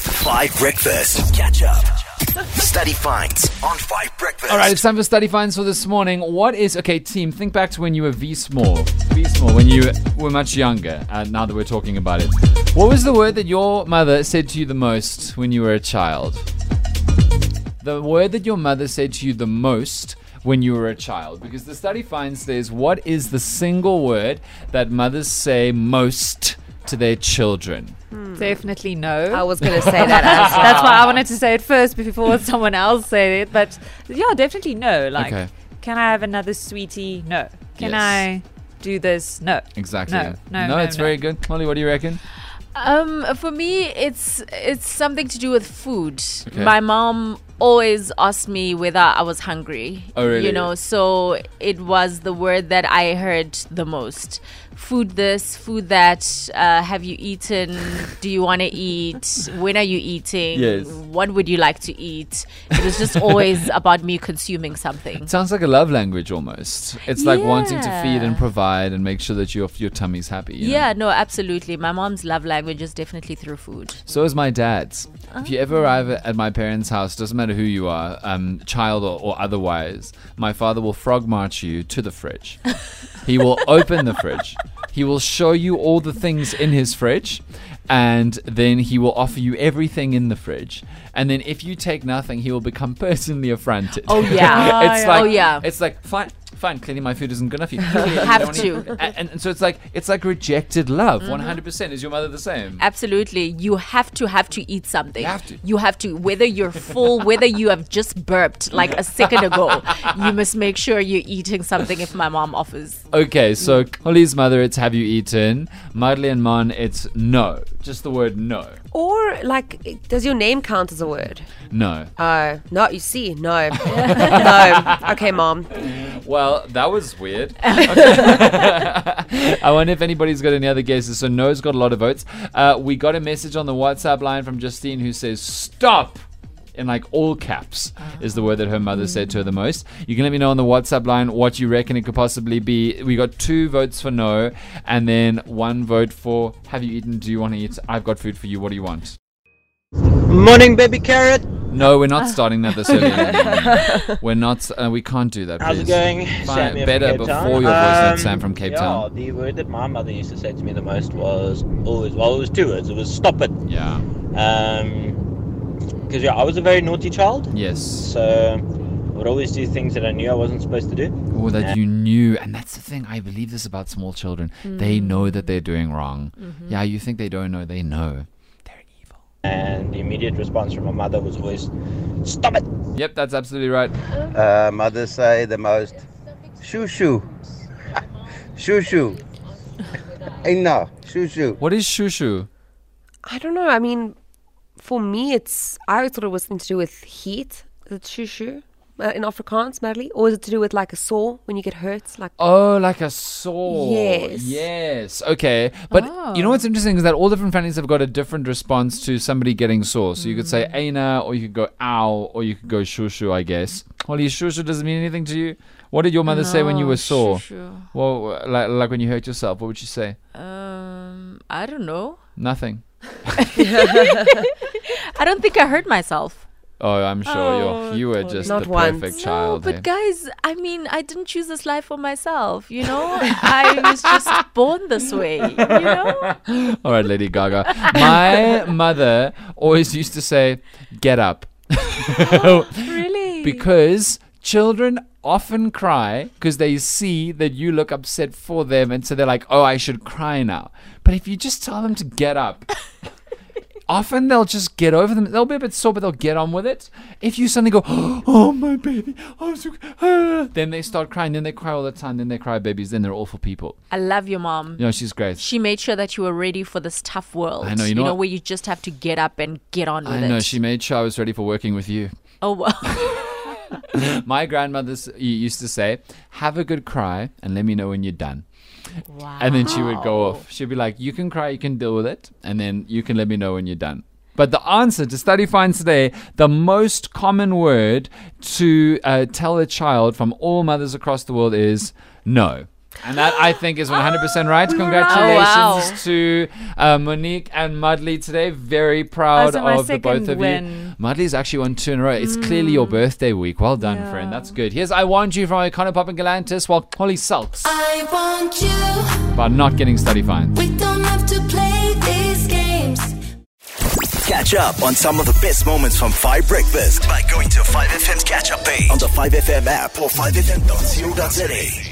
Five Breakfast. Catch up. Study finds on Five Breakfast. All right, it's time for study finds for this morning. What is okay, team? Think back to when you were V small, V small, when you were much younger. Uh, now that we're talking about it, what was the word that your mother said to you the most when you were a child? The word that your mother said to you the most when you were a child, because the study finds there's what is the single word that mothers say most to their children. Definitely no. I was going to say that. That's why I wanted to say it first before someone else said it. But yeah, definitely no. Like, Okay. can I have another sweetie? No. Yes. Can I do this? No. Exactly. No, no, no, it's no. very good. Molly, what do you reckon? Um, for me, it's it's something to do with food. Okay. My mom always asked me whether I was hungry. Oh, really? You know, so it was the word that I heard the most. Food this, food that. Uh, have you eaten? do you want to eat? When are you eating? Yes. What would you like to eat? It was just always about me consuming something. It sounds like a love language almost. It's like wanting to feed and Yeah. provide and make sure that your your tummy's happy. you know? Yeah, no, absolutely. My mom's love language is definitely through food. So is my dad's. If you ever arrive at my parents' house, doesn't matter who you are, um, child or, or otherwise, my father will frog march you to the fridge. he will open the fridge. He will show you all the things in his fridge, and then he will offer you everything in the fridge. And then if you take nothing, he will become personally affronted. Oh, yeah. it's Oh, like yeah. It's like fine, fine. Clearly, my food isn't good enough. You clearly don't Have wanna to. Mm-hmm. eat it. A- And, and so it's like it's like rejected love. One hundred percent. Is your mother the same? Absolutely. You have to have to eat something. You have to. You have to, whether you're full, whether you have just burped like a second ago, you must make sure you're eating something if my mom offers. Okay, so Holly's mother, it's have you eaten? Madly and Mon, it's no. Just the word no. Or like, does your name count as a word? No. Oh, no. You see, no, no. Okay, mom. Well, that was weird. Okay. I wonder if anybody's got any other guesses. So no's got a lot of votes. Uh, we got a message on the WhatsApp line from Justine who says, stop! In like all caps is the word that her mother said to her the most. You can let me know on the WhatsApp line what you reckon it could possibly be. We got two votes for no, and then one vote for have you eaten? Do you want to eat? I've got food for you. What do you want? Morning, baby carrot. No, we're not starting that this early. in the morning. we're not. Uh, we can't do that. How's please. it going? Fine. Sam here Better from Cape before Town. your voice, not Um, Sam from Cape yeah, Town. the word that my mother used to say to me the most was always, well, it was two words. It was stop it. Yeah. Because yeah, I was a very naughty child, Yes. so I would always do things that I knew I wasn't supposed to do. Or that you knew, and that's the thing. I believe this about small children. They know that they're doing wrong. Yeah. You think they don't know? They know. They're evil. And the immediate response from my mother was always, stop it. Yep, that's absolutely right. Uh, mothers say the most shoo shoo. shoo shoo. Enough. Shoo shoo. What is shushu? I don't know. I mean, for me, it's I thought it was something to do with heat. Is it shushu uh, in Afrikaans, madly, or is it to do with like a sore when you get hurt? Like, Oh, like a saw. Yes. Yes. Okay. But you know what's interesting is that all different families have got a different response to somebody getting sore. So you could say aina, or you could go ow, or you could go shushu, I guess. Holly, shushu doesn't mean anything to you. What did your mother say when you were sore? Well, like, like when you hurt yourself, what would she say? Um, I don't know. Nothing. I don't think I hurt myself. Oh, I'm sure you're, you were just Not the once. perfect No, child. but eh? guys, I mean, I didn't choose this life for myself, you know? I was just born this way, you know? All right, Lady Gaga. My mother always used to say, "Get up." Really? because children often cry because they see that you look upset for them and so they're like oh i should cry now but if you just tell them to get up often they'll just get over them they'll be a bit sore but they'll get on with it if you suddenly go oh my baby I'm so, ah," then they start crying then they cry all the time then they cry babies then they're awful people I love your mom. you know she's great She made sure that you were ready for this tough world. I know, you know what- where you just have to get up and get on with i it. know she made sure i was ready for working with you Oh, well. my grandmother s- used to say have a good cry and let me know when you're done Wow. And then she would go off. She'd be like, You can cry, you can deal with it, and then you can let me know when you're done. But the answer to study finds today the most common word to uh, tell a child from all mothers across the world is no. And that I think is 100% right. We were right. Congratulations Oh, wow. to uh, Monique and Mudley today. Very proud Also my of the both second of win. you. Mudley's actually won two in a row. It's clearly your birthday week. Well done, Yeah. friend. That's good. Here's I Want You from Icona Pop and Galantis while Holly sulks I want you. about not getting study fines. We don't have to play these games. Catch up on some of the best moments from 5 Breakfast by going to 5FM's catch up page on the 5FM app or 5FM.co.za.